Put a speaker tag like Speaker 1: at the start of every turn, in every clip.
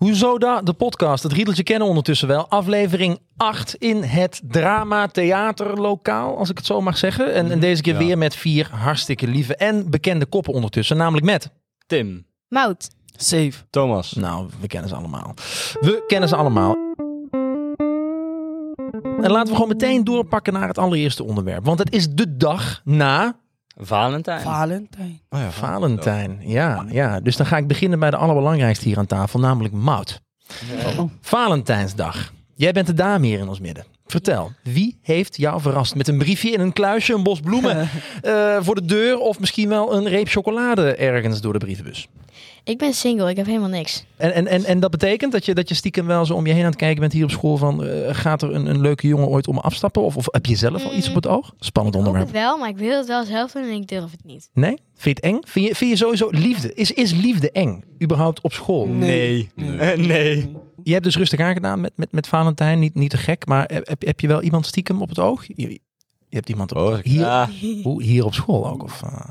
Speaker 1: Hoezo da? De podcast. Het riedeltje kennen we ondertussen wel. Aflevering 8 in het drama theaterlokaal, als ik het zo mag zeggen. En, en deze keer
Speaker 2: Ja.
Speaker 1: weer met vier hartstikke lieve en bekende koppen ondertussen. Namelijk met...
Speaker 2: Tim.
Speaker 3: Mout.
Speaker 2: Safe. Mm. Thomas.
Speaker 1: Nou, we kennen ze allemaal. We kennen ze allemaal. En laten we gewoon meteen doorpakken naar het allereerste onderwerp. Want het is de dag na
Speaker 2: Valentijn.
Speaker 3: Valentijn.
Speaker 2: oh ja,
Speaker 1: Valentijn. Ja, ja, dus dan ga ik beginnen bij de allerbelangrijkste hier aan tafel, namelijk Mout. Valentijnsdag. Jij bent de dame hier in ons midden. Vertel, wie heeft jou verrast met een briefje in een kluisje, een bos bloemen eh, voor de deur of misschien wel een reep chocolade ergens door de brievenbus?
Speaker 4: Ik ben single, ik heb helemaal niks.
Speaker 1: En, en, en, en dat betekent dat je, dat je stiekem wel zo om je heen aan het kijken bent hier op school van eh, gaat er een, een leuke jongen ooit om me afstappen of, of heb je zelf al iets op het oog? Spannend
Speaker 4: Ik hoop
Speaker 1: onderwerp.
Speaker 4: het wel, maar ik wil het wel zelf doen en ik durf het niet.
Speaker 1: Nee? Vind je het eng? Vind je, vind je sowieso liefde? Is, is liefde eng? Überhaupt op school?
Speaker 2: Nee. Nee.
Speaker 5: Eh,
Speaker 2: nee.
Speaker 1: Je hebt dus rustig aangedaan met, met, met Valentijn. Niet, niet te gek, maar heb, heb- heb je wel iemand stiekem op het oog? Je, je hebt iemand op het oog. Hier,
Speaker 5: Ah.
Speaker 2: Ja.
Speaker 1: hoe, hier op school ook? Of, eh?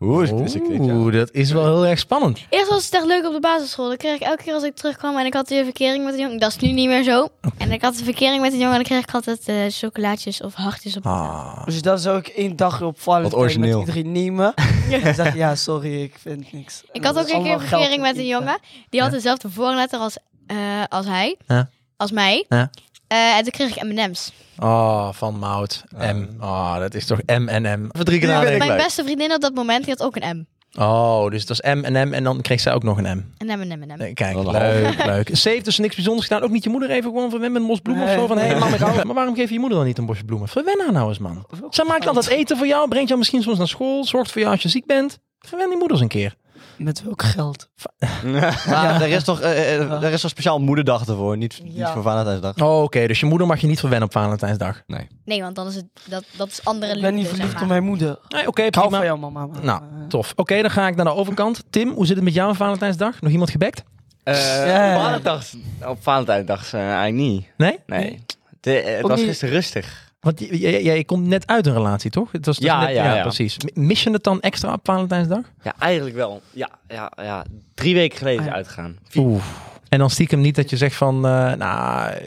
Speaker 2: Oeh, ik wist ik dit, ja.
Speaker 1: Oeh, dat is wel heel erg spannend.
Speaker 4: Eerst was het echt leuk op de basisschool. Dan kreeg ik elke keer als ik terugkwam en ik had weer verkering met een jongen. Dat is nu niet meer
Speaker 1: Oh.
Speaker 4: zo. En ik had een verkering met een jongen en dan kreeg ik altijd eh, chocolaatjes of hartjes op.
Speaker 1: Ah.
Speaker 3: Dus dat zou ik één dag op Valentijn
Speaker 2: Wat origineel.
Speaker 3: met iedereen nemen. En zeg ja, sorry, ik vind niks.
Speaker 4: Ik had ook een keer een verkering met een jongen. Die had
Speaker 1: Ja.
Speaker 4: dezelfde voorletter als, eh, als hij.
Speaker 1: Ja.
Speaker 4: Als mij.
Speaker 1: Ja.
Speaker 4: Eh, en toen kreeg ik M&M's.
Speaker 1: Oh, van Mout. M. Oh, dat is toch M en M. Even drie keer
Speaker 2: Die ben ik
Speaker 1: nadenken.
Speaker 4: Mijn
Speaker 2: leuk.
Speaker 4: beste vriendin op dat moment, die had ook een M.
Speaker 1: Oh, dus dat is M en M en dan kreeg zij ook nog een M.
Speaker 4: Een M en M en M.
Speaker 1: Nee, Kijk,
Speaker 2: Wat een
Speaker 1: leuk, leuk. Ze heeft dus niks bijzonders gedaan. Ook niet je moeder even gewoon verwennen met een bos bloemen
Speaker 3: Nee.
Speaker 1: of zo. Van, hé hey, man, ik hou Maar waarom geef je je moeder dan niet een bosje bloemen? Verwen haar nou eens, man. Zij maakt altijd eten voor jou, brengt jou misschien soms naar school, zorgt voor jou als je ziek bent. Verwen die moeders een keer.
Speaker 3: Met welk geld?
Speaker 2: Maar er, is toch, eh, eh, er is toch speciaal moederdag ervoor, niet, niet
Speaker 3: Ja.
Speaker 2: voor Valentijnsdag.
Speaker 1: Oh, Oké, dus je moeder mag je niet verwennen op Valentijnsdag.
Speaker 4: Nee, want dan is het, dat, dat is andere
Speaker 3: Ik ben niet
Speaker 4: liefde, zeg
Speaker 3: verliefd
Speaker 4: maar.
Speaker 3: op mijn moeder.
Speaker 1: Nee, Oké,
Speaker 3: Ik hou
Speaker 1: prima.
Speaker 3: van jou, mama. maar-
Speaker 1: Nou, tof. Oké, dan ga ik naar de overkant. Tim, hoe zit het met jou aan Valentijnsdag? Nog iemand gebekt?
Speaker 5: Eh,
Speaker 3: Ja.
Speaker 5: op, Valentijns, op Valentijnsdag eh, eigenlijk niet.
Speaker 1: Nee?
Speaker 5: Nee. De- eh, het
Speaker 3: Ook
Speaker 5: was
Speaker 3: niet-
Speaker 5: gisteren rustig.
Speaker 1: Want j- j- jij, komt net uit een relatie, toch? Het was dus
Speaker 5: Ja,
Speaker 1: net-
Speaker 5: ja, ja.
Speaker 1: precies. M- Mis je het dan extra op Valentijnsdag?
Speaker 5: Ja, eigenlijk wel. Ja, ja, ja. Drie weken geleden
Speaker 2: Ah,
Speaker 5: is uitgegaan. Vier-
Speaker 1: Oeh. En dan stiekem niet dat je zegt van, eh, nou,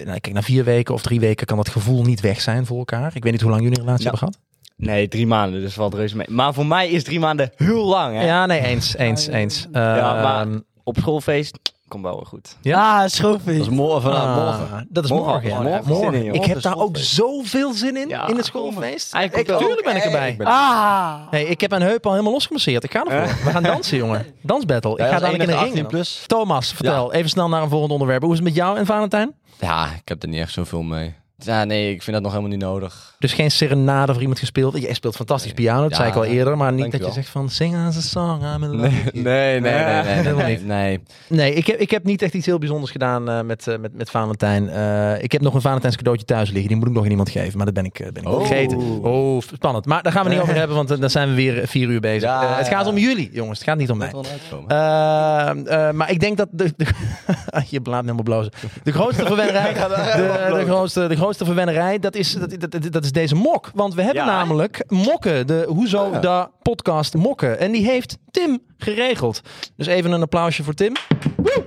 Speaker 1: nou, kijk, na vier weken of drie weken kan dat gevoel niet weg zijn voor elkaar. Ik weet niet hoe lang jullie een relatie
Speaker 5: Ja.
Speaker 1: hebben gehad.
Speaker 5: Nee, drie maanden, dus valt reuze mee. Maar voor mij is drie maanden heel lang, hè.
Speaker 1: Ja, nee, eens, eens,
Speaker 3: Ja,
Speaker 1: eens.
Speaker 5: Ja, maar-
Speaker 1: Ehm,
Speaker 5: Op schoolfeest, komt wel weer goed.
Speaker 1: Ja?
Speaker 3: Ah, schoolfeest.
Speaker 2: Dat is morgen vanavond.
Speaker 1: ah,
Speaker 2: morgen.
Speaker 1: Dat is
Speaker 2: Morgen.
Speaker 1: morgen. ja.
Speaker 2: Morgen. Zin in, joh.
Speaker 1: Ik heb
Speaker 2: Morgen
Speaker 1: daar ook
Speaker 2: schoolfeest.
Speaker 1: zoveel zin in,
Speaker 5: Ja.
Speaker 1: in het schoolfeest.
Speaker 5: Hij komt
Speaker 1: Ik,
Speaker 5: ook.
Speaker 1: tuurlijk ben ik erbij.
Speaker 2: Ik ben-
Speaker 3: Ah.
Speaker 1: Nee, ik heb mijn heup al helemaal losgemasseerd. Ik ga ervoor. We gaan dansen, jongen. Dansbattle. Ik
Speaker 2: Jij
Speaker 1: ga
Speaker 2: als
Speaker 1: dadelijk in
Speaker 2: enige
Speaker 1: de ring.
Speaker 2: 18 plus.
Speaker 1: Thomas, vertel. Even snel naar een volgend onderwerp. Hoe is het met jou en Valentijn?
Speaker 6: Ja, ik heb er niet echt zoveel mee. Ja, nee, ik vind dat nog helemaal niet nodig.
Speaker 1: Dus geen serenade voor iemand gespeeld. Jij speelt fantastisch piano, dat
Speaker 6: Ja,
Speaker 1: zei ik al eerder. Maar niet
Speaker 6: dank
Speaker 1: dat
Speaker 6: je
Speaker 1: je
Speaker 6: wel.
Speaker 1: zegt van sing as a song, I'm in love
Speaker 6: Nee,
Speaker 1: with you.
Speaker 6: nee, nee, nee. nee, nee,
Speaker 1: helemaal
Speaker 6: nee,
Speaker 1: niet.
Speaker 6: nee.
Speaker 1: Nee, ik heb, ik heb niet echt iets heel bijzonders gedaan eh, met, eh, met, met Valentijn. Eh, ik heb nog een Valentijns cadeautje thuis liggen. Die moet ik nog aan iemand geven. Maar dat ben ik, eh, ben ik
Speaker 6: Oh.
Speaker 1: vergeten. Oh, spannend. Maar daar gaan we niet over hebben, want eh, dan zijn we weer eh, vier uur bezig.
Speaker 6: Ja,
Speaker 1: Eh, het
Speaker 6: ja.
Speaker 1: gaat om jullie, jongens. Het gaat niet om mij.
Speaker 6: Net wel een uitkomen.
Speaker 1: Eh, eh, maar ik denk dat... De, de- je blaat me helemaal blozen. De grootste verwennerij, de, de, grootste, de grootste verwennerij dat, is, dat, dat, dat is deze mok. Want we hebben
Speaker 5: Ja.
Speaker 1: namelijk Mokken, de Hoezo Da podcast Mokken. En die heeft Tim geregeld. Dus even een applausje voor Tim. Woe!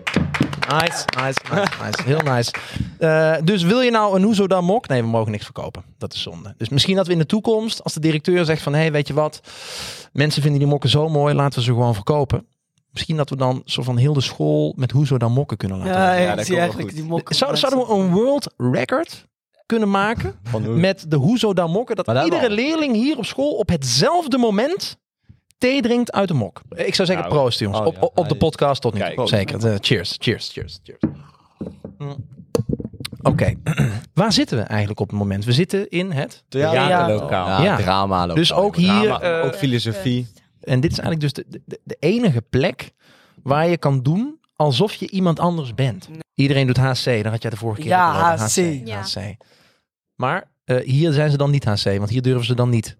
Speaker 1: Nice, nice, nice, nice. Heel nice. Eh, dus wil je nou een Hoezo Dan mok? Nee, we mogen niks verkopen. Dat is zonde. Dus misschien dat we in de toekomst, als de directeur zegt van... hé, hey, weet je wat? Mensen vinden die mokken zo mooi, laten we ze gewoon verkopen. Misschien dat we dan zo van heel de school met Hoezo Dan mokken kunnen laten.
Speaker 3: Ja,
Speaker 2: Ja,
Speaker 3: ik
Speaker 2: dat komt
Speaker 3: zie
Speaker 2: wel
Speaker 3: eigenlijk
Speaker 2: goed.
Speaker 3: die mokken.
Speaker 1: Zou, zouden we een world record kunnen maken
Speaker 2: Van hoe?
Speaker 1: met de Hoezo Dan mokken? Dat
Speaker 2: Maar dat
Speaker 1: iedere
Speaker 2: wel.
Speaker 1: leerling hier op school op hetzelfde moment thee drinkt uit de mok. Ik zou zeggen
Speaker 5: Nou,
Speaker 1: proost jongens,
Speaker 2: oh,
Speaker 1: op,
Speaker 2: ja.
Speaker 1: op, op de podcast tot nu toe.
Speaker 5: Kijk.
Speaker 1: Zeker. Eh, cheers, cheers, cheers, cheers. Mm. Oké, waar zitten we eigenlijk op het moment? We zitten in het...
Speaker 5: Theaterlokaal.
Speaker 2: Ah,
Speaker 6: Ja,
Speaker 1: Ja.
Speaker 6: drama loopt
Speaker 1: Dus
Speaker 6: wel
Speaker 1: ook
Speaker 6: weer.
Speaker 1: hier...
Speaker 5: maar
Speaker 1: eh,
Speaker 2: ook filosofie.
Speaker 1: En dit is eigenlijk dus de, de, de enige plek waar je kan doen alsof je iemand anders bent. Iedereen doet HC, dan had jij de vorige keer.
Speaker 3: Ja,
Speaker 1: ook al over,
Speaker 3: HC.
Speaker 4: Ja.
Speaker 1: HC. Maar eh, hier zijn ze dan niet HC, want hier durven ze dan niet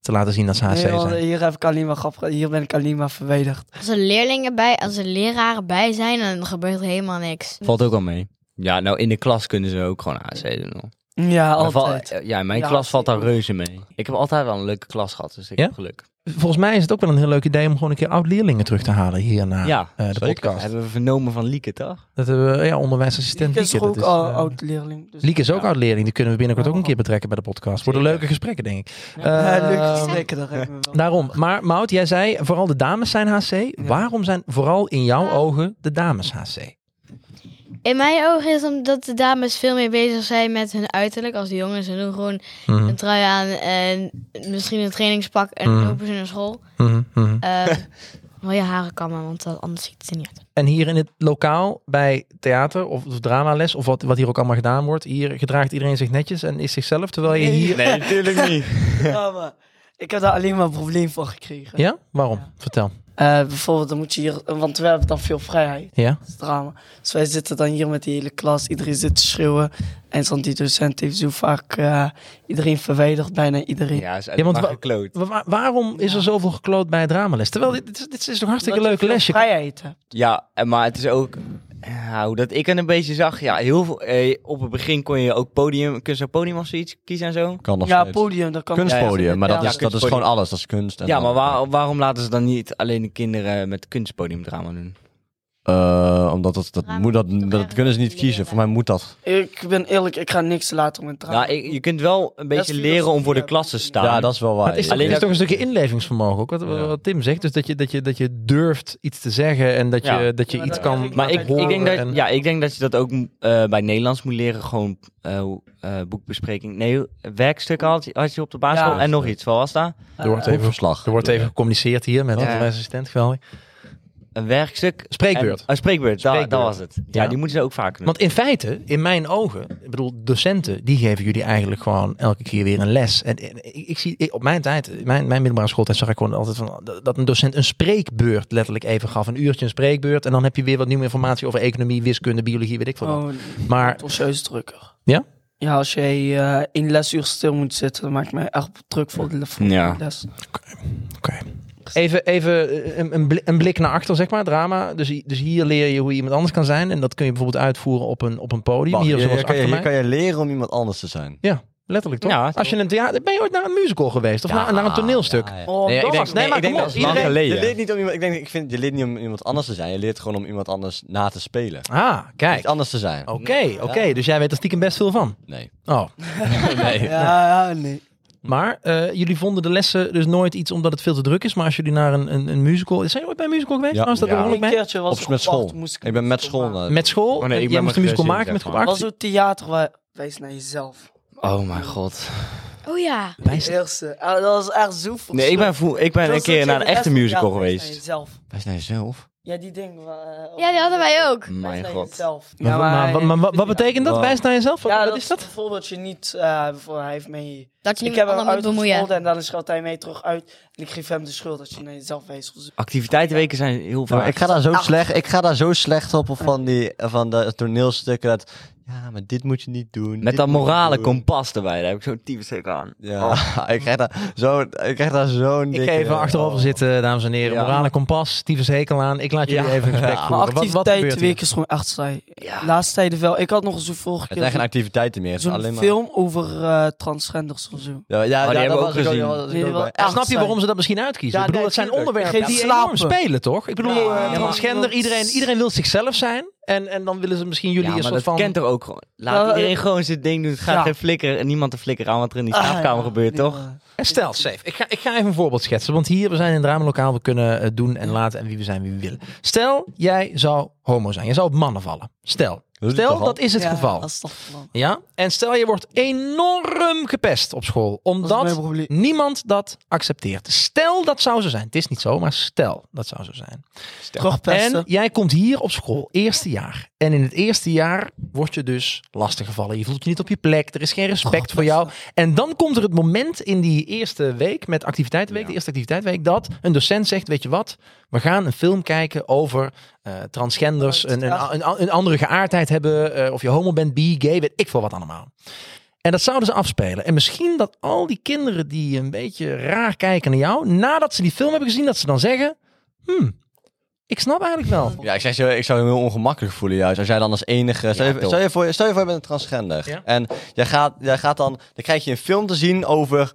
Speaker 1: te laten zien dat ze HC
Speaker 3: Nee, want
Speaker 1: zijn.
Speaker 3: hier heb ik alleen maar grap. Hier ben ik alleen maar verwijderd.
Speaker 4: Als er leerlingen bij, als er leraren bij zijn, dan gebeurt er helemaal niks.
Speaker 5: Valt ook al mee. Ja, nou in de klas kunnen ze ook gewoon AC doen. hoor.
Speaker 3: Mm, Ja, altijd.
Speaker 1: eh,
Speaker 5: Val- ja, in mijn
Speaker 3: Ja,
Speaker 5: klas valt daar reuze mee. Ik heb altijd wel een leuke klas gehad, dus ik
Speaker 1: Ja?
Speaker 5: heb geluk.
Speaker 1: Volgens mij is het ook wel een heel leuk idee om gewoon een keer oud-leerlingen terug te halen hierna.
Speaker 5: Ja,
Speaker 1: eh, de
Speaker 5: zeker.
Speaker 1: podcast.
Speaker 5: Hebben we vernomen van Lieke, toch?
Speaker 1: Dat hebben we, ja, onderwijsassistent
Speaker 3: Lieke is toch
Speaker 1: Lieke,
Speaker 3: ook
Speaker 1: dat is,
Speaker 3: al
Speaker 1: eh,
Speaker 3: oud-leerling. Dus
Speaker 1: Lieke is ook
Speaker 5: Ja.
Speaker 1: oud-leerling. Die kunnen we binnenkort ook een
Speaker 3: Ja.
Speaker 1: keer betrekken bij de podcast. Worden
Speaker 5: Zeker.
Speaker 1: leuke gesprekken, denk ik.
Speaker 3: Ja,
Speaker 1: Eh,
Speaker 3: leuk gesprekken, daar hebben we wel.
Speaker 1: Daarom. Maar Maud, jij zei vooral de dames zijn HC. Waarom zijn vooral in jouw ogen de dames HC?
Speaker 4: In mijn ogen is het omdat de dames veel meer bezig zijn met hun uiterlijk als de jongens. Ze doen gewoon
Speaker 3: Hm.
Speaker 4: een trui aan en misschien een trainingspak en
Speaker 1: Mhm.
Speaker 4: lopen ze naar school. Eh, maar je haren kammen, want dat- anders ziet het er niet uit.
Speaker 1: En hier in het lokaal bij theater of, of dramales of wat, wat hier ook allemaal gedaan wordt. Hier gedraagt iedereen zich netjes en is zichzelf. Terwijl je hier...
Speaker 5: Nee, natuurlijk niet.
Speaker 3: Ja, maar ik heb daar alleen maar een probleem van gekregen.
Speaker 1: Nou. Ja? Waarom? Vertel.
Speaker 3: Eh, bijvoorbeeld, dan moet je hier, want we hebben dan veel vrijheid.
Speaker 1: Ja?
Speaker 3: Dat is drama. Dus wij zitten dan hier met die hele klas. Iedereen zit te schreeuwen. En dan die docent heeft zo vaak eh, iedereen verwijderd, bijna iedereen.
Speaker 5: Ja, is
Speaker 1: Ja, want
Speaker 5: maar
Speaker 1: wa-
Speaker 5: gekloot.
Speaker 1: Wa- wa- waarom is er zoveel gekloot bij dramales? Terwijl dit, dit, is- dit is toch hartstikke
Speaker 3: Omdat je
Speaker 1: leuk
Speaker 3: veel
Speaker 1: lesje.
Speaker 3: vrijheid hebt.
Speaker 5: Ja, en maar het is ook... ja, hoe dat ik het een beetje zag, ja, heel veel... eh, op het begin kon je ook podium, kunst op podium of zoiets kiezen en zo.
Speaker 6: Kan nog
Speaker 3: Ja,
Speaker 6: steeds.
Speaker 3: podium, dat kan
Speaker 6: Kunstpodium, maar dat,
Speaker 3: Ja,
Speaker 6: is, dat is
Speaker 5: kunstpodium.
Speaker 6: gewoon alles. Dat is kunst. En
Speaker 5: Ja, maar
Speaker 6: dan-
Speaker 5: waar- waarom laten ze dan niet alleen de kinderen met kunstpodiumdrama doen?
Speaker 6: Eh, omdat dat, dat,
Speaker 4: Drama
Speaker 6: moet, dat,
Speaker 4: moet toch
Speaker 6: dat
Speaker 4: ergens
Speaker 6: kunnen ze niet
Speaker 4: leren.
Speaker 6: kiezen. Voor mij moet dat.
Speaker 3: Ik ben eerlijk, ik ga niks laten met drama.
Speaker 5: Nou, ik- je kunt wel een beetje
Speaker 3: filosofie,
Speaker 5: leren om voor de
Speaker 3: ja,
Speaker 5: klas te
Speaker 3: precies.
Speaker 5: staan.
Speaker 6: Ja, dat is wel waar.
Speaker 1: Maar het is, toch,
Speaker 5: Alleen
Speaker 1: het is
Speaker 5: dat-
Speaker 1: toch een stukje inlevingsvermogen ook, wat,
Speaker 6: Ja.
Speaker 1: wat Tim zegt. Dus dat je, dat, je, dat je durft iets te zeggen en dat je,
Speaker 5: Ja.
Speaker 1: dat je
Speaker 3: Ja,
Speaker 1: iets
Speaker 3: dat-
Speaker 1: kan
Speaker 3: dat-
Speaker 5: Maar ik, ik, denk dat,
Speaker 1: horen en-
Speaker 5: ja, ik denk dat je dat ook eh, bij Nederlands moet leren. Gewoon eh, hoe- eh, boekbespreking. Nee, werkstukken had, je- had je op de basisschool.
Speaker 3: Ja.
Speaker 5: en nog iets, wat was dat?
Speaker 1: Er wordt even,
Speaker 6: Proefverslag.
Speaker 1: er wordt even gecommuniceerd hier met
Speaker 5: Ja.
Speaker 1: onderwijsassistent, geweldig.
Speaker 5: Een werkstuk.
Speaker 1: Spreekbeurt.
Speaker 5: En, een spreekbeurt, daar
Speaker 1: Spreekbeurt.
Speaker 5: dat was het. Ja,
Speaker 1: Ja.
Speaker 5: die moeten ze ook vaker doen.
Speaker 1: Want in feite, in mijn ogen, ik bedoel, docenten, die geven jullie eigenlijk gewoon elke keer weer een les. En, en ik, ik zie, ik- op mijn tijd, mijn, mijn middelbare schooltijd, zag ik gewoon altijd van, dat een docent een spreekbeurt letterlijk even gaf. Een uurtje een spreekbeurt. En dan heb je weer wat nieuwe informatie over economie, wiskunde, biologie, weet ik veel. wat.
Speaker 3: Oh,
Speaker 1: Maar
Speaker 3: Conscieus drukker.
Speaker 1: Ja?
Speaker 3: Ja, als jij eh in lesuur stil moet zitten, dan maak ik me echt druk voor de voor de
Speaker 5: Ja.
Speaker 3: les.
Speaker 1: Even, even eh, een, een bli- een blik naar achter, zeg maar, drama. Dus, hi- dus hier leer je hoe je iemand anders kan zijn. En dat kun je bijvoorbeeld uitvoeren op een, op een podium.
Speaker 6: Wacht,
Speaker 1: hier,
Speaker 6: hier,
Speaker 1: zoals
Speaker 6: hier kan je,
Speaker 1: achter
Speaker 6: hier
Speaker 1: mij.
Speaker 6: kan je leren om iemand anders te zijn.
Speaker 1: Letterlijk, toch?
Speaker 5: Ja,
Speaker 1: Als je in een theater... Ben je ooit naar een musical geweest? Of naar, naar een toneelstuk?
Speaker 6: ja, ja.
Speaker 3: Oh,
Speaker 6: Nee, ik
Speaker 3: dag.
Speaker 6: denk,
Speaker 1: Nee,
Speaker 6: nee,
Speaker 1: maar
Speaker 6: ik denk
Speaker 1: kom
Speaker 6: dat is
Speaker 1: op,
Speaker 6: lang
Speaker 1: iedereen-
Speaker 6: geleden. Je leert niet om iemand, ik denk, ik vind, je leert niet om iemand anders te zijn. Je leert gewoon om iemand anders na te spelen.
Speaker 1: Ah, kijk.
Speaker 6: Iets anders te zijn.
Speaker 1: Oké, oké. Dus jij weet er stiekem best veel van.
Speaker 6: Nee.
Speaker 1: Oh.
Speaker 6: nee.
Speaker 3: Ja, ja, nee.
Speaker 1: Maar eh, jullie vonden de lessen dus nooit iets omdat het veel te druk is. Maar als jullie naar een, een, een musical... Zijn jullie ooit bij een musical geweest?
Speaker 6: Ja.
Speaker 1: Nou, is dat
Speaker 5: Ja.
Speaker 1: behoorlijk
Speaker 3: Een
Speaker 1: bij?
Speaker 3: keertje was
Speaker 6: Op,
Speaker 3: ik
Speaker 6: met
Speaker 3: acht,
Speaker 6: school.
Speaker 3: moest
Speaker 6: Ik ben met school. eh,
Speaker 3: maken.
Speaker 6: naar-
Speaker 1: Met school?
Speaker 5: Oh, nee, ik
Speaker 1: jij
Speaker 5: ben
Speaker 1: moest
Speaker 5: maar
Speaker 1: een musical
Speaker 5: geweest,
Speaker 1: maken met
Speaker 5: zeg
Speaker 1: groep
Speaker 5: maar.
Speaker 1: 8.
Speaker 3: Het was zo'n theater waar wijs naar jezelf.
Speaker 5: Oh mijn god.
Speaker 4: Oh ja.
Speaker 1: Wij
Speaker 3: De eerste. Ah, Dat was echt zo
Speaker 5: Nee, ik ben, voel- ik ben een keer naar een echte musical
Speaker 3: Naar
Speaker 5: geweest.
Speaker 3: jezelf.
Speaker 6: Wij zijn zelf.
Speaker 3: Ja, die ding. eh,
Speaker 4: Ja, die hadden wij ook.
Speaker 5: Mijn
Speaker 3: naar
Speaker 5: god.
Speaker 3: jezelf.
Speaker 1: Maar,
Speaker 3: Ja,
Speaker 1: maar, maar- maar wat- wat
Speaker 3: Ja,
Speaker 1: betekent dat?
Speaker 6: Wow.
Speaker 1: Wijs naar jezelf? Wat,
Speaker 3: Ja,
Speaker 1: wat
Speaker 3: dat
Speaker 1: is dat?
Speaker 3: Bijvoorbeeld je niet, eh, bijvoorbeeld hij heeft mee...
Speaker 4: Dat je
Speaker 3: Ik
Speaker 4: niet
Speaker 3: heb
Speaker 4: met
Speaker 3: hem
Speaker 4: anderen moet
Speaker 3: uitgescholden
Speaker 4: bemoeien.
Speaker 3: en dan schat hij mij terug uit. En ik geef hem de schuld dat je naar jezelf wijst.
Speaker 5: Activiteitenweken zijn heel
Speaker 6: Ja, maar
Speaker 5: vaak.
Speaker 6: Nou, ik, ga daar zo
Speaker 3: Acht.
Speaker 6: slecht, ik ga daar zo slecht op, op van, die, van de toneelstukken. Dat, ja, maar dit moet je niet doen.
Speaker 5: met
Speaker 6: dit
Speaker 5: dat
Speaker 6: moet je
Speaker 5: morale
Speaker 6: doen.
Speaker 5: kompas erbij. Daar heb ik zo'n tyfustuk aan. Ah,
Speaker 6: Ja, ik krijg daar zo- ik krijg daar zo'n
Speaker 1: Ik
Speaker 6: dikke-
Speaker 1: ga
Speaker 5: eh,
Speaker 1: even achterover
Speaker 6: oh.
Speaker 1: zitten, dames en heren.
Speaker 5: Ja.
Speaker 1: Morale kompas, Steven hekel aan. Ik laat jullie
Speaker 5: Ja.
Speaker 1: even een gesprek
Speaker 6: Ja.
Speaker 3: Maar
Speaker 1: voeren. Wat, wat gebeurt
Speaker 3: activiteit
Speaker 1: hier?
Speaker 3: week is gewoon echt saai.
Speaker 5: Ja.
Speaker 3: Laatste tijden wel. Ik had nog zo vorige
Speaker 6: Het zijn geen
Speaker 3: keer
Speaker 6: activiteiten meer. Het is
Speaker 3: zo'n
Speaker 6: alleen maar...
Speaker 3: film over eh, transgenders of zo.
Speaker 5: Oh,
Speaker 6: Ja, ja,
Speaker 5: die
Speaker 6: ja,
Speaker 5: hebben
Speaker 6: dat
Speaker 5: we
Speaker 6: was
Speaker 5: ook
Speaker 6: ik ook-
Speaker 5: gezien.
Speaker 6: ja, was ik
Speaker 3: Die
Speaker 6: ook
Speaker 3: wel
Speaker 6: bij.
Speaker 3: echt
Speaker 1: snap je
Speaker 3: saai.
Speaker 1: waarom ze dat misschien uitkiezen?
Speaker 6: Ja,
Speaker 1: ik bedoel,
Speaker 6: nee,
Speaker 1: het zijn
Speaker 6: tuurlijk.
Speaker 1: onderwerpen
Speaker 3: Geen
Speaker 1: die
Speaker 3: slapen.
Speaker 1: enorm spelen, toch? Ik bedoel,
Speaker 3: Nee,
Speaker 1: eh,
Speaker 3: ja,
Speaker 1: transgender,
Speaker 3: maar-
Speaker 1: iedereen, iedereen wil zichzelf zijn. En, en dan willen ze misschien jullie
Speaker 5: ja,
Speaker 1: een
Speaker 5: maar
Speaker 1: soort
Speaker 5: dat
Speaker 1: van...
Speaker 5: kent er ook gewoon. Laat
Speaker 3: Nou, eh,
Speaker 5: iedereen gewoon zijn ding doen. Het gaat
Speaker 3: ja.
Speaker 5: geen flikker en niemand de flikker aan wat er in die
Speaker 3: Ah,
Speaker 5: slaapkamer
Speaker 3: ja.
Speaker 5: gebeurt, toch?
Speaker 3: Ja.
Speaker 1: En Eh, Stel, Safe, ik ga, ik ga even een voorbeeld schetsen. Want hier, we zijn in het dramenlokaal. We kunnen eh, doen en laten en wie we zijn, wie we willen. Stel, jij zou homo zijn. Je zou op mannen vallen. Stel.
Speaker 6: Dat is
Speaker 1: Stel,
Speaker 6: toch al-
Speaker 1: dat is het
Speaker 3: Ja,
Speaker 1: geval.
Speaker 3: Dat is toch plan.
Speaker 1: Ja? En stel, je wordt enorm gepest op school.
Speaker 3: Dat is mijn
Speaker 1: Omdat
Speaker 3: probleem.
Speaker 1: niemand dat accepteert. Stel, dat zou zo zijn. Het is niet zo, maar stel, dat zou zo zijn. En
Speaker 3: Terugpesten.
Speaker 1: jij komt hier op school, eerste jaar. En in het eerste jaar word je dus lastiggevallen. Je voelt je niet op je plek. Er is geen respect voor jou. En dan komt er het moment in die eerste week met activiteitenweek, de eerste activiteitenweek, dat een docent zegt, weet je wat, we gaan een film kijken over eh, transgenders,
Speaker 3: Oh, het
Speaker 1: een,
Speaker 3: is
Speaker 1: een,
Speaker 3: echt-
Speaker 1: een, een andere geaardheid hebben, eh, of je homo bent, bi, gay, weet ik veel wat allemaal. En dat zouden ze afspelen. En misschien dat al die kinderen die een beetje raar kijken naar jou, nadat ze die film hebben gezien, dat ze dan zeggen, hmm, Ik snap eigenlijk wel.
Speaker 6: Ja, ik, zeg, zo, ik zou me heel ongemakkelijk voelen juist. Als jij dan als enige... Stel, je,
Speaker 5: toch.
Speaker 6: stel, je, voor, stel je voor, je bent een transgender.
Speaker 1: Ja.
Speaker 6: En jij gaat, jij gaat dan... Dan krijg je een film te zien over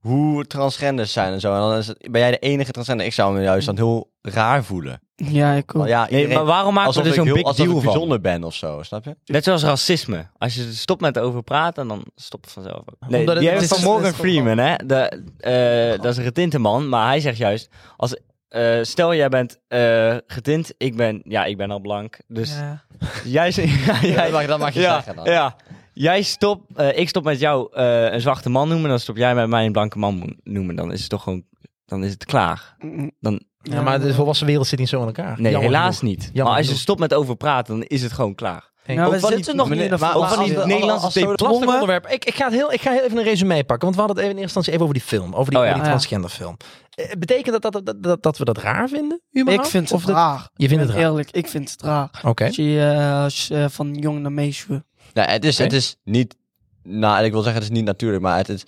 Speaker 6: hoe transgenders zijn en zo. En dan is het- ben jij de enige transgender. Ik zou me juist dan heel raar voelen.
Speaker 3: Ja, ik ook.
Speaker 6: Want Oh, ja,
Speaker 5: Nee,
Speaker 6: iedereen-
Speaker 5: maar waarom maken we
Speaker 6: alsof
Speaker 5: er dus
Speaker 6: ik,
Speaker 5: zo'n
Speaker 6: heel,
Speaker 5: big
Speaker 6: alsof ik
Speaker 5: deal van?
Speaker 6: bijzonder ben of zo, snap je?
Speaker 5: Net zoals racisme. Als je stopt met over praten, dan stopt het vanzelf ook. Nee,
Speaker 1: Omdat het-
Speaker 5: die hebben
Speaker 1: het is-
Speaker 5: van Morgan
Speaker 1: het is-
Speaker 5: Freeman, hè. De, eh, dat is een getinte man, maar hij zegt juist... Als, eh, stel, jij bent eh, getint, ik ben, ja, ik ben al blank. Dus
Speaker 3: Ja.
Speaker 5: jij... Ja,
Speaker 6: dat
Speaker 5: jij
Speaker 6: mag, dat mag je
Speaker 5: ja,
Speaker 6: zeggen dan.
Speaker 5: ja. Jij stop, eh, ik stop met jou eh, een zwarte man noemen, dan stop jij met mij een blanke man mo- noemen. Dan is het toch gewoon, dan is het klaar. Dan,
Speaker 1: Ja, maar de volwassen wereld zit niet zo aan elkaar.
Speaker 5: nee,
Speaker 1: Jammer
Speaker 5: helaas
Speaker 1: genoeg.
Speaker 5: niet.
Speaker 1: Jammer
Speaker 5: maar als je
Speaker 1: genoeg.
Speaker 5: stopt met over praten, dan is het gewoon klaar.
Speaker 3: Nou,
Speaker 5: Ook
Speaker 3: we
Speaker 5: van die-
Speaker 3: zitten nog niet
Speaker 5: meneer-
Speaker 3: in de
Speaker 5: maar-
Speaker 6: Ook
Speaker 5: van
Speaker 3: fase.
Speaker 5: die
Speaker 6: als-
Speaker 5: Nederlandse
Speaker 6: als- als-
Speaker 5: dep-
Speaker 1: Lastig
Speaker 5: Plommen.
Speaker 1: onderwerp. Ik, ik, ga het heel, ik ga heel even een resume pakken. Want we hadden het even in eerste instantie even over die film. Over die,
Speaker 5: Oh ja.
Speaker 1: over die
Speaker 3: Ja.
Speaker 1: transgenderfilm. Eh, betekent dat dat, dat, dat dat we dat raar vinden? überhaupt?
Speaker 3: Ik vind het
Speaker 1: of dat-
Speaker 3: raar.
Speaker 1: Je vindt het
Speaker 3: Ik ben
Speaker 1: raar?
Speaker 3: Eerlijk, ik vind het raar.
Speaker 1: Oké.
Speaker 3: Als je, eh, als je, eh, van jong naar meisje...
Speaker 6: Nou, het is, het is niet... Nou, ik wil zeggen, het is niet natuurlijk, maar het is...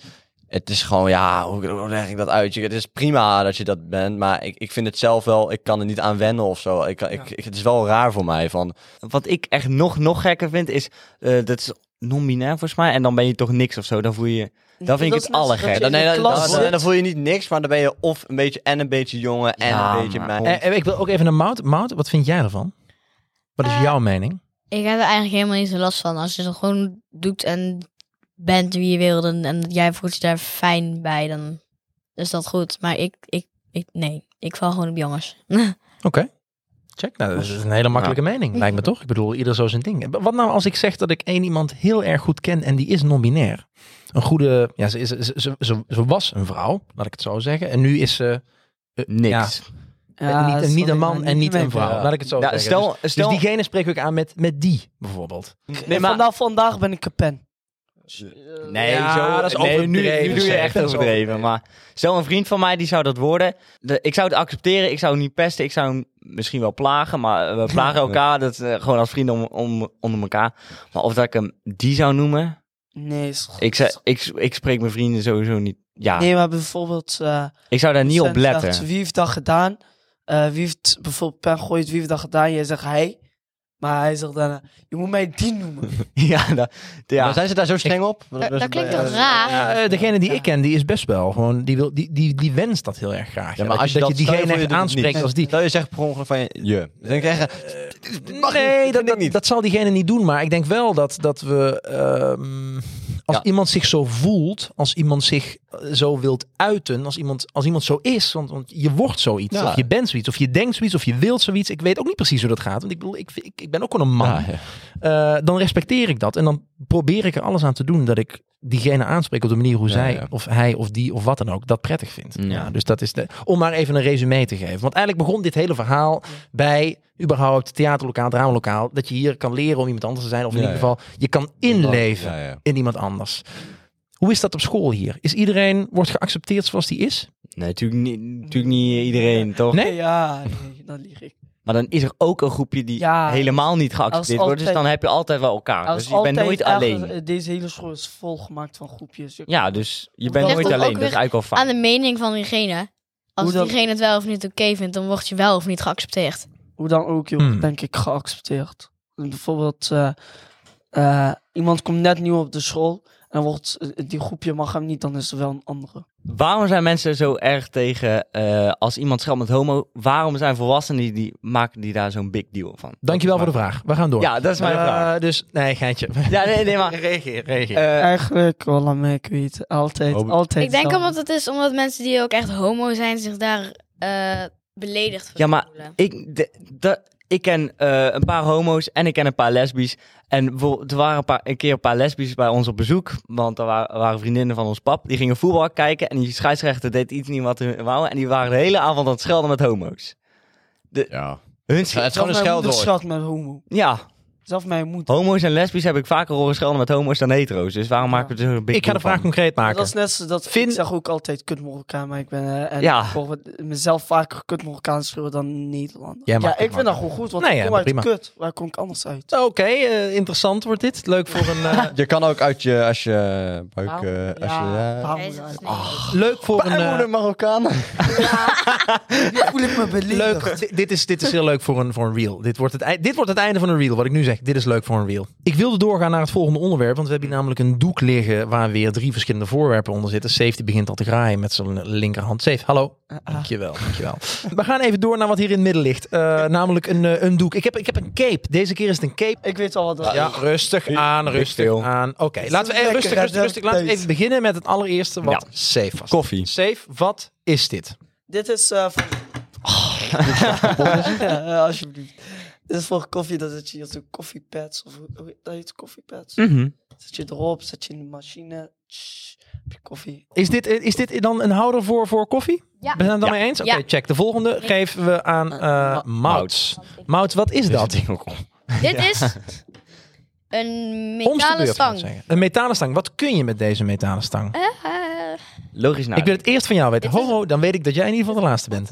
Speaker 6: Het is gewoon, ja, hoe, hoe leg ik dat uit? Je- Het is prima dat je dat bent, maar ik, ik vind het zelf wel... Ik kan er niet aan wennen of zo. Ik, kan- ik, ik- het is wel raar voor mij, van...
Speaker 5: Wat ik echt nog, nog gekker vind, is eh, dat is non-binair volgens mij. En dan ben je toch niks of zo. Dan voel je. Dan vind ik het allergek.
Speaker 6: Dan, nee, dan,
Speaker 3: klas
Speaker 6: dan-
Speaker 3: zit.
Speaker 6: dan voel je niet niks, maar dan ben je of een beetje en een beetje jongen en
Speaker 5: Ja,
Speaker 6: een beetje
Speaker 5: maar-
Speaker 6: meid.
Speaker 1: Eh, eh, ik wil ook even naar Mout. Mout, wat vind jij ervan? Wat is
Speaker 4: Eh,
Speaker 1: jouw mening?
Speaker 4: Ik heb er eigenlijk helemaal niet zo last van. Als je het gewoon doet en bent wie je wil en, en jij voelt je daar fijn bij, dan is dat goed. Maar ik, ik, ik nee, ik val gewoon op jongens.
Speaker 1: Oké. Check. Nou, dat is een hele makkelijke mening, lijkt me toch? Ik bedoel, ieder zo zijn ding. Wat nou als ik zeg dat ik één iemand heel erg goed ken en die is non-binair? Een goede... Ja, ze, is- ze, ze, ze, ze was een vrouw, laat ik het zo zeggen. En nu is ze
Speaker 5: Niks.
Speaker 1: eh, niet, niet een man en niet een vrouw, laat ik het zo
Speaker 5: Ja,
Speaker 1: zeggen. Dus-
Speaker 5: stel,
Speaker 1: dus,
Speaker 5: stel,
Speaker 1: diegene spreek ik aan met, met die, bijvoorbeeld.
Speaker 3: Nee,
Speaker 5: maar-
Speaker 3: vanaf vandaag ben ik een pen.
Speaker 5: nee,
Speaker 1: Ja,
Speaker 5: zo,
Speaker 1: dat is
Speaker 5: nee, nu,
Speaker 1: overdreven,
Speaker 5: nu doe je
Speaker 1: zeg.
Speaker 5: echt
Speaker 1: Dat is
Speaker 5: overdreven. Maar stel een vriend van mij die zou dat worden. De- ik zou het accepteren. Ik zou hem niet pesten. Ik zou hem misschien wel plagen. Maar we plagen elkaar. Dat, eh, gewoon als vrienden om, om, onder elkaar. Maar of dat ik hem die zou noemen.
Speaker 3: Nee, is goed.
Speaker 5: Ik, zou, ik, ik spreek mijn vrienden sowieso niet. Ja,
Speaker 3: Nee, maar bijvoorbeeld... eh,
Speaker 5: ik zou daar niet op
Speaker 3: Sven
Speaker 5: letten.
Speaker 3: zegt, wie heeft dat gedaan? Eh, wie heeft bijvoorbeeld pen gooit? Wie heeft dat gedaan? Jij zegt hij. Maar hij zegt dan... eh, je moet mij die noemen.
Speaker 5: Ja, dat, ja.
Speaker 6: Maar zijn ze daar zo streng op?
Speaker 4: Eh, Dat, dat klinkt
Speaker 6: Ja,
Speaker 4: toch raar?
Speaker 1: Ja, eh, degene die ik ken, die is best wel gewoon... Die, wil, die, die, die wenst dat heel erg graag. Ja,
Speaker 6: maar als je
Speaker 1: dat,
Speaker 6: dat,
Speaker 1: je diegene echt aanspreekt als die.
Speaker 6: Dat je zegt per ongeluk van je... je. Dan denk ik echt,
Speaker 1: nee, dat, dat, dat zal diegene niet doen. Maar ik denk wel dat, dat we. ehm, als
Speaker 6: Ja.
Speaker 1: iemand zich zo voelt, als iemand zich eh, zo wilt uiten, als iemand, als iemand zo is, want, want je wordt zoiets,
Speaker 6: Ja.
Speaker 1: of je bent zoiets, of je denkt zoiets, of je wilt zoiets. Ik weet ook niet precies hoe dat gaat, want ik bedoel, ik, ik, ik ben ook gewoon een man.
Speaker 6: Ja, ja.
Speaker 1: Eh, dan respecteer ik dat en dan probeer ik er alles aan te doen dat ik diegene aanspreek op de manier hoe
Speaker 6: Ja,
Speaker 1: zij
Speaker 6: ja.
Speaker 1: of hij of die of wat dan ook dat prettig vindt. Ja.
Speaker 5: Ja.
Speaker 1: dus dat is de, om maar even een resume te geven. Want eigenlijk begon dit hele verhaal bij überhaupt theaterlokaal, dramalokaal, dat je hier kan leren om iemand anders te zijn of in
Speaker 6: Ja,
Speaker 1: ieder geval je kan inleven
Speaker 6: Ja, ja.
Speaker 1: in iemand anders. Hoe is dat op school hier? Is iedereen wordt geaccepteerd zoals die is?
Speaker 5: Nee, natuurlijk niet, natuurlijk niet iedereen, toch?
Speaker 1: Nee?
Speaker 3: Ja, nee, dan lieg ik.
Speaker 5: Maar dan is er ook een groepje die
Speaker 3: Ja.
Speaker 5: helemaal niet
Speaker 3: Als
Speaker 5: geaccepteerd wordt. Dus
Speaker 3: altijd-
Speaker 5: dan heb je altijd wel elkaar.
Speaker 3: Er
Speaker 5: Dus
Speaker 3: is
Speaker 5: je bent
Speaker 3: altijd
Speaker 5: nooit
Speaker 3: ergens-
Speaker 5: alleen.
Speaker 3: eh, Deze hele school is volgemaakt van groepjes. Je
Speaker 5: Ja, dus je
Speaker 3: Dat
Speaker 5: bent nooit
Speaker 4: ligt ook
Speaker 5: alleen. Dat is
Speaker 4: weer
Speaker 5: eigenlijk al
Speaker 4: Aan
Speaker 5: fout.
Speaker 4: de mening van diegene. Als
Speaker 3: Hoe dan-
Speaker 4: diegene het wel of niet oké vindt, dan word je wel of niet geaccepteerd.
Speaker 3: hoe dan ook, joh,
Speaker 1: Hmm.
Speaker 3: denk ik, geaccepteerd. En Bijvoorbeeld, eh, eh, iemand komt net nieuw op de school en wordt, eh, die groepje mag hem niet, dan is er wel een andere.
Speaker 5: Waarom zijn mensen zo erg tegen eh, als iemand scheldt met homo? Waarom zijn volwassenen die, die maken die daar zo'n big deal van?
Speaker 1: Dankjewel voor de vraag. We gaan door.
Speaker 5: Ja, dat is mijn
Speaker 1: Eh,
Speaker 5: vraag.
Speaker 1: Dus nee, geintje.
Speaker 5: Ja, nee, nee, maar...
Speaker 1: Reageer, reageer.
Speaker 5: eh,
Speaker 3: Eigenlijk, wel aan mij, ik weet altijd,
Speaker 6: Oh,
Speaker 3: altijd.
Speaker 4: Ik denk
Speaker 3: dan.
Speaker 4: omdat het is omdat mensen die ook echt homo zijn zich daar eh, beledigd voor
Speaker 5: Ja, maar-
Speaker 4: voelen.
Speaker 5: Ik, de- de- ik ken eh, een paar homo's en ik ken een paar lesbisch. En bijvoorbeeld, er waren een, paar, een keer een paar lesbisch bij ons op bezoek. Want er waren, waren vriendinnen van ons pap. Die gingen voetbal kijken en die scheidsrechter deed iets niet wat hun wou. En die waren de hele avond aan het schelden met homo's.
Speaker 6: Ja.
Speaker 5: Hun
Speaker 6: Ja, het is gewoon een
Speaker 3: Mijn moeder
Speaker 6: scheldwoord.
Speaker 3: schat met homo.
Speaker 5: Ja,
Speaker 3: Zelf mijn moeder.
Speaker 5: Homo's en lesbisch heb ik vaker horen schelden met homo's dan hetero's. Dus waarom maken we het een big
Speaker 1: Ik ga de
Speaker 5: deal
Speaker 1: vraag
Speaker 5: van?
Speaker 1: concreet maken.
Speaker 3: Dat is net zo dat
Speaker 1: Vind-
Speaker 3: ik zeg ook altijd kut Marokkaan, maar ik ben eh, en
Speaker 5: Ja.
Speaker 3: ik hoor mezelf vaker kut Marokkaan schreeuwen dan Nederland.
Speaker 1: Jij mag
Speaker 3: ja,
Speaker 1: kut
Speaker 3: ik vind dat gewoon goed, want
Speaker 1: Nee, ja,
Speaker 3: ik kom uit
Speaker 1: prima.
Speaker 3: kut. Waar kom ik anders uit?
Speaker 1: Oké, eh, interessant wordt dit. Leuk voor een, eh,
Speaker 6: Je kan ook uit je, als je buik,
Speaker 3: Waarom?
Speaker 6: eh, als je...
Speaker 3: Ja,
Speaker 6: ja.
Speaker 3: waarom
Speaker 4: Deze
Speaker 3: dan?
Speaker 4: is niet.
Speaker 1: leuk voor een eh,
Speaker 6: Moeder Marokkaan.
Speaker 3: voel ik me beledigd.
Speaker 1: leuk. Dit- Dit is, dit is heel leuk voor een, voor een reel. Dit wordt, het, ei- dit wordt het einde van een reel, wat ik nu zeg. Dit is leuk voor een reel. Ik wilde doorgaan naar het volgende onderwerp, want we hebben hier namelijk een doek liggen waar weer drie verschillende voorwerpen onder zitten. Safe die begint al te graaien met zijn linkerhand. Safe, hallo.
Speaker 3: Ah,
Speaker 1: Dankjewel, dankjewel. We gaan even door naar wat hier in het midden ligt. Eh, namelijk een, eh, een doek. Ik heb, ik heb een cape. Deze keer is het een cape.
Speaker 3: Ik weet al wat dat
Speaker 1: Ja, rustig aan, rustig
Speaker 6: veel.
Speaker 1: aan. Oké, laten we
Speaker 3: lekker,
Speaker 1: even rustig,
Speaker 3: hè,
Speaker 1: rustig,
Speaker 3: dat
Speaker 1: rustig. Laten we
Speaker 3: tijd.
Speaker 1: even beginnen met het allereerste wat safe was.
Speaker 6: Koffie.
Speaker 1: Safe, wat is dit?
Speaker 3: Dit is eh, voor...
Speaker 1: Oh.
Speaker 3: Ja, alsjeblieft. Dit is voor koffie, dat zet je hier zo'n koffiepads. Of hoe- hoe dat heet koffiepads.
Speaker 1: Hm?
Speaker 5: Mhm.
Speaker 3: Zet je erop, zet je in de machine. tss, heb je koffie.
Speaker 1: Is dit, is dit dan een houder voor, voor koffie?
Speaker 4: Ja.
Speaker 1: Ben je het daarmee eens? Oké,
Speaker 4: Ja.
Speaker 1: check. De volgende geven we aan eh Mouts. Mouts, wat is dat?
Speaker 4: Dit is een
Speaker 1: Omste
Speaker 4: metalen
Speaker 1: beurt, moet ik
Speaker 4: stang.
Speaker 1: zeggen. Een metalen stang. Wat kun je met deze metalen stang?
Speaker 4: Eh,
Speaker 5: Logisch nou.
Speaker 1: ik wil het eerst van jou weten.
Speaker 4: dit is-
Speaker 1: Homo, dan weet ik dat jij in ieder geval de laatste bent.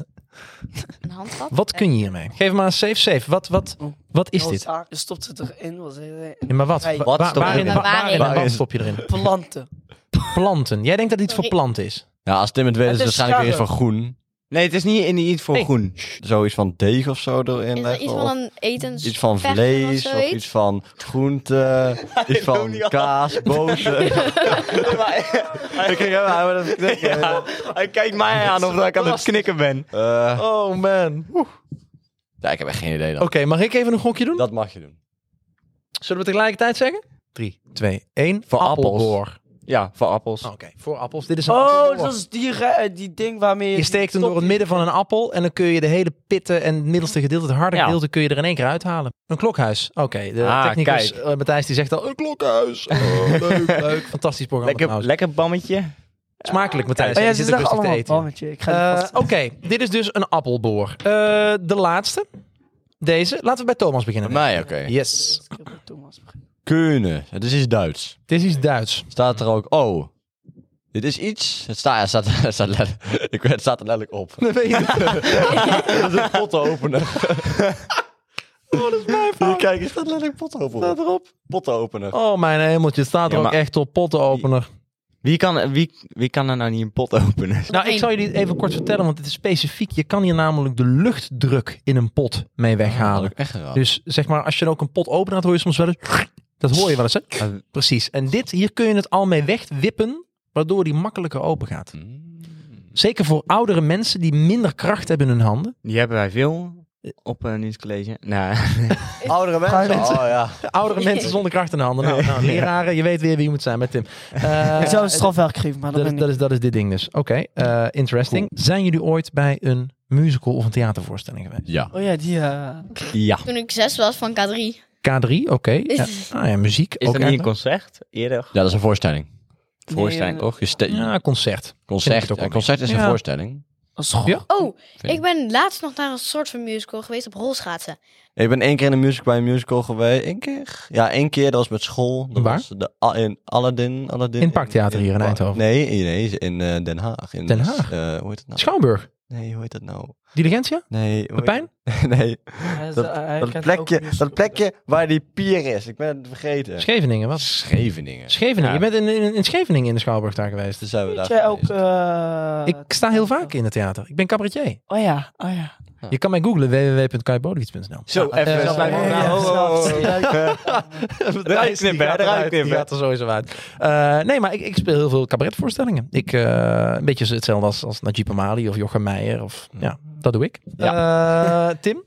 Speaker 4: een handvat.
Speaker 1: Wat kun je hiermee? Geef maar een safe, safe. Wat, wat, wat is
Speaker 3: Oh,
Speaker 1: dit?
Speaker 3: zaak. Je stopt het erin. Wat zeg je?
Speaker 1: Ja, maar wat?
Speaker 3: Hey,
Speaker 1: Wa-
Speaker 5: wat
Speaker 1: waar-
Speaker 5: stop je
Speaker 1: waarin,
Speaker 5: erin?
Speaker 1: wa- waarin en wat
Speaker 6: Waarin?
Speaker 1: stop je erin?
Speaker 3: Planten.
Speaker 1: Planten. Jij denkt dat iets voor
Speaker 4: Sorry.
Speaker 1: plant is.
Speaker 6: Ja, als Tim het weet, is
Speaker 3: Het
Speaker 6: het
Speaker 3: is
Speaker 6: waarschijnlijk weer iets van
Speaker 3: scherp.
Speaker 6: groen.
Speaker 5: Nee, het is niet in iets voor
Speaker 1: Nee.
Speaker 5: groen.
Speaker 6: Zoiets van deeg of zo erin
Speaker 4: Is er
Speaker 6: leggen,
Speaker 4: iets
Speaker 6: of
Speaker 4: van een etens...
Speaker 6: iets van
Speaker 4: vechten
Speaker 6: vlees,
Speaker 4: of
Speaker 6: of,
Speaker 4: zoiets?
Speaker 6: iets van groente, iets van kaas, boter. Ik ging hem aan, maar dat- dat-
Speaker 5: Hij kijkt mij aan of ik aan het knikken ben.
Speaker 6: Eh,
Speaker 1: Oh man. Oeh. Oké,
Speaker 6: Ja, ik heb echt geen idee dan.
Speaker 1: mag ik even een gokje doen?
Speaker 6: Dat mag je doen.
Speaker 1: Zullen we het tegelijkertijd zeggen? 3, 2, 1.
Speaker 6: Voor appels.
Speaker 5: Ja, voor appels.
Speaker 1: Ah, Oké, voor appels. Dit is een
Speaker 3: Oh,
Speaker 1: appelboor.
Speaker 3: dat is die, re- eh, die ding waarmee je...
Speaker 1: Je steekt hem door het midden van een appel en dan kun je de hele pitten en het middelste gedeelte, het harde
Speaker 5: Ja.
Speaker 1: gedeelte, kun je er in één keer uithalen. Een klokhuis. Oké, de
Speaker 5: Ah,
Speaker 1: technicus
Speaker 5: kijk.
Speaker 1: eh, Matthijs die zegt al, een klokhuis. Oh, leuk, leuk. Fantastisch programma
Speaker 5: Lekker, Ah,
Speaker 1: trouwens.
Speaker 5: lekker bammetje.
Speaker 1: Smakelijk Matthijs.
Speaker 3: Oh ja,
Speaker 1: Je
Speaker 3: ze
Speaker 1: zit ook
Speaker 3: zeggen
Speaker 1: rustig te
Speaker 3: allemaal
Speaker 1: eten.
Speaker 3: bammetje. Ik ga
Speaker 1: Eh,
Speaker 3: die
Speaker 1: Oké,
Speaker 3: vast-
Speaker 1: dit is dus een appelboor. Eh, de laatste. Deze. Laten we bij Thomas beginnen.
Speaker 6: Bij mij, oké.
Speaker 1: Yes.
Speaker 3: Ik heb
Speaker 1: Eh,
Speaker 3: met Thomas beginnen.
Speaker 6: Kunnen. Het is iets Duits.
Speaker 1: Dit is Duits.
Speaker 6: Staat er ook, oh, dit is iets. Het, sta, ja, het, staat, het, staat, letterlijk- ik, weet- het staat er letterlijk op.
Speaker 1: Dat weet je.
Speaker 6: dat is een pot openen.
Speaker 1: Oh, dat is mijn fout.
Speaker 6: Kijk, er staat letterlijk pot openen.
Speaker 1: erop.
Speaker 6: Pot openen.
Speaker 1: Oh, mijn hemeltje. Het staat er
Speaker 5: Ja,
Speaker 1: ook
Speaker 5: maar-
Speaker 1: echt op pottenopener.
Speaker 5: Wie kan, wie, wie kan er nou niet een pot openen?
Speaker 1: Nou, ik zal jullie even kort vertellen, want het is specifiek. Je kan hier namelijk de luchtdruk in een pot mee
Speaker 6: Had
Speaker 1: weghalen.
Speaker 6: ik echt geraden.
Speaker 1: Dus zeg maar, als je ook een pot open had, hoor je soms wel eens... Dat hoor je wel eens, hè? Precies. En dit, hier kun je het al mee wegwippen, waardoor die makkelijker open gaat. Zeker voor oudere mensen die minder kracht hebben in hun handen.
Speaker 5: Die hebben wij veel op een nieuwscollege. Nou,
Speaker 6: Oudere mensen. Oh ja.
Speaker 1: Oudere mensen zonder kracht in de handen. Nou, nou, leraren, je weet weer wie je moet zijn met Tim. Eh,
Speaker 3: Ik zou een strafwerk geven, maar dat
Speaker 1: dat, is,
Speaker 3: ben
Speaker 1: dat,
Speaker 3: ik.
Speaker 1: is, dat is dit ding dus. Oké, eh, interesting. Zijn jullie ooit bij een musical of een theatervoorstelling geweest?
Speaker 6: Ja.
Speaker 3: Oh ja, die... eh,
Speaker 5: ja.
Speaker 4: Toen ik zes was van K3.
Speaker 1: K3, oké. Ja. Ah ja, muziek.
Speaker 5: Is
Speaker 1: ook
Speaker 5: dat niet
Speaker 1: eigenlijk.
Speaker 5: een concert? Eerder?
Speaker 6: Ja, dat is een voorstelling.
Speaker 5: Voorstelling.
Speaker 3: nee,
Speaker 6: Toch? Je ste-
Speaker 1: Ja, concert. Vind ik
Speaker 6: concert.
Speaker 1: het ook
Speaker 6: Een
Speaker 1: wel
Speaker 6: concert is een
Speaker 1: Ja.
Speaker 6: voorstelling.
Speaker 3: Dat is goed.
Speaker 1: Ja?
Speaker 4: Oh,
Speaker 6: Vind
Speaker 4: ik ben laatst nog naar een soort van musical geweest op rolschaatsen.
Speaker 6: Ik ben één keer in een musical bij een musical geweest. Eén keer? Ja, één keer. Dat was met school. Dat
Speaker 1: Waar?
Speaker 6: was de, A- in Aladdin. Aladdin
Speaker 1: In het Parktheater hier in
Speaker 6: Pa-
Speaker 1: Eindhoven.
Speaker 6: Nee, in- nee, in eh, Den Haag. In,
Speaker 1: Den Haag?
Speaker 6: eh, hoe heet het nou?
Speaker 1: Schouwburg.
Speaker 6: Nee, hoe heet dat nou?
Speaker 1: Diligentia?
Speaker 6: Nee. hoe heet-
Speaker 1: Pepijn?
Speaker 6: Nee.
Speaker 3: Hij is- eh,
Speaker 6: Dat-
Speaker 3: hij- hij
Speaker 6: Dat
Speaker 3: kent
Speaker 6: plekje,
Speaker 3: ook
Speaker 6: dat plekje waar die pier is. Ik ben het vergeten.
Speaker 1: Scheveningen, wat?
Speaker 6: Scheveningen.
Speaker 1: Scheveningen.
Speaker 5: Ja.
Speaker 1: Je bent in, in, in Scheveningen in de Schouwburg daar geweest. dus
Speaker 6: Daar zijn we daar
Speaker 3: Weet jij ook...
Speaker 6: geweest.
Speaker 3: eh,
Speaker 1: ik sta heel vaak in het theater. Ik ben cabaretier.
Speaker 3: Oh ja, oh ja.
Speaker 1: Je kan mij googlen www.kaibolowits.nl.
Speaker 5: Zo, even.
Speaker 1: eh,
Speaker 5: snel bij elkaar.
Speaker 1: ja, ja,
Speaker 5: Nou, ho, ho, ho.
Speaker 1: Eruit
Speaker 5: knippen, hè, eruit knippen.
Speaker 1: gaat er sowieso uit. Eh, nee, maar ik, ik speel heel veel cabaretvoorstellingen. Ik, eh, een beetje hetzelfde als, als Najib Amali of Jochem Meijer. Of, ja, dat doe ik. Eh, Tim?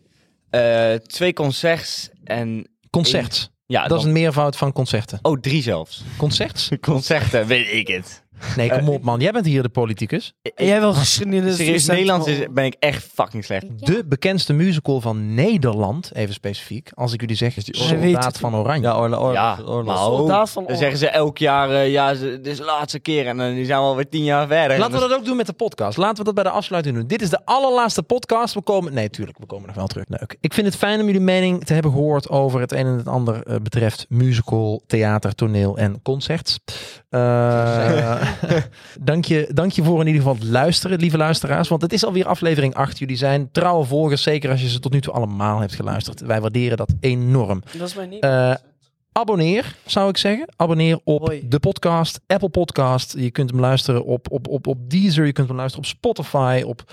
Speaker 5: Eh, twee concerts en...
Speaker 1: Concerts.
Speaker 5: Ja,
Speaker 1: dat is
Speaker 5: dan-
Speaker 1: een meervoud van concerten.
Speaker 5: Oh, drie zelfs.
Speaker 1: Concerts?
Speaker 5: Concerten, weet ik het.
Speaker 1: Nee, kom op man. Jij bent hier de politicus.
Speaker 3: En jij wil geschiedenis.
Speaker 5: Serieus, Dus
Speaker 3: docent
Speaker 5: Nederlands is,
Speaker 3: worden.
Speaker 5: ben ik echt fucking slecht.
Speaker 1: De bekendste musical van Nederland, even specifiek. Als ik jullie zeg, is die
Speaker 3: Hij weet
Speaker 1: Soldaat
Speaker 3: het.
Speaker 1: van Oranje.
Speaker 6: Ja, Orla, Orla.
Speaker 5: Ja,
Speaker 6: Orla.
Speaker 5: maar ook.
Speaker 3: Soldaat
Speaker 5: Dan
Speaker 3: van Oranje.
Speaker 5: zeggen ze elk jaar, eh, ja, ze- dit is de laatste keer. En dan nu zijn we alweer tien jaar verder.
Speaker 1: Laten
Speaker 5: En
Speaker 1: we
Speaker 5: dan-
Speaker 1: dat ook doen met de podcast. Laten we dat bij de afsluiting doen. Dit is de allerlaatste podcast. We komen. Nee, tuurlijk, we komen nog wel terug. Leuk. Ik vind het fijn om jullie mening te hebben gehoord over het een en het ander eh, betreft musical, theater, toneel en concerts. Eh, dank, je, dank je voor in ieder geval het luisteren, lieve luisteraars. Want het is alweer aflevering 8. Jullie zijn trouwe volgers, zeker als je ze tot nu toe allemaal hebt geluisterd. Wij waarderen dat enorm.
Speaker 3: Oh, Dat is mijn niet.
Speaker 1: Eh, abonneer, zou ik zeggen. Abonneer op
Speaker 3: Hoi.
Speaker 1: de podcast, Apple Podcast. Je kunt hem luisteren op, op, op, op Deezer, je kunt hem luisteren op Spotify, op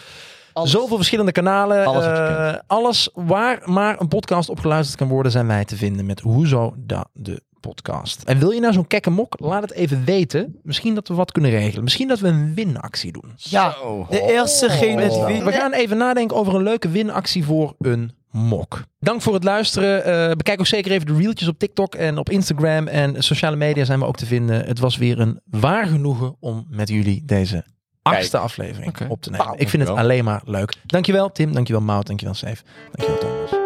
Speaker 3: Alles.
Speaker 1: zoveel verschillende kanalen.
Speaker 6: Alles wat je
Speaker 1: Eh, alles waar maar een podcast op geluisterd kan worden, zijn wij te vinden met Hoezo da de podcast. En wil je nou zo'n kekke mok? Laat het even weten. Misschien dat we wat kunnen regelen. Misschien dat we een winactie doen.
Speaker 3: ja, de eerste
Speaker 1: Oh.
Speaker 3: gene wie.
Speaker 1: We gaan even nadenken over een leuke winactie voor een mok. Dank voor het luisteren. Eh, bekijk ook zeker even de reeltjes op TikTok en op Instagram. En sociale media zijn we ook te vinden. Het was weer een waar genoegen om met jullie deze achtste aflevering op te nemen. Ik vind het alleen maar leuk. Dankjewel Tim, dankjewel Maud, dankjewel Seef. Dankjewel Thomas.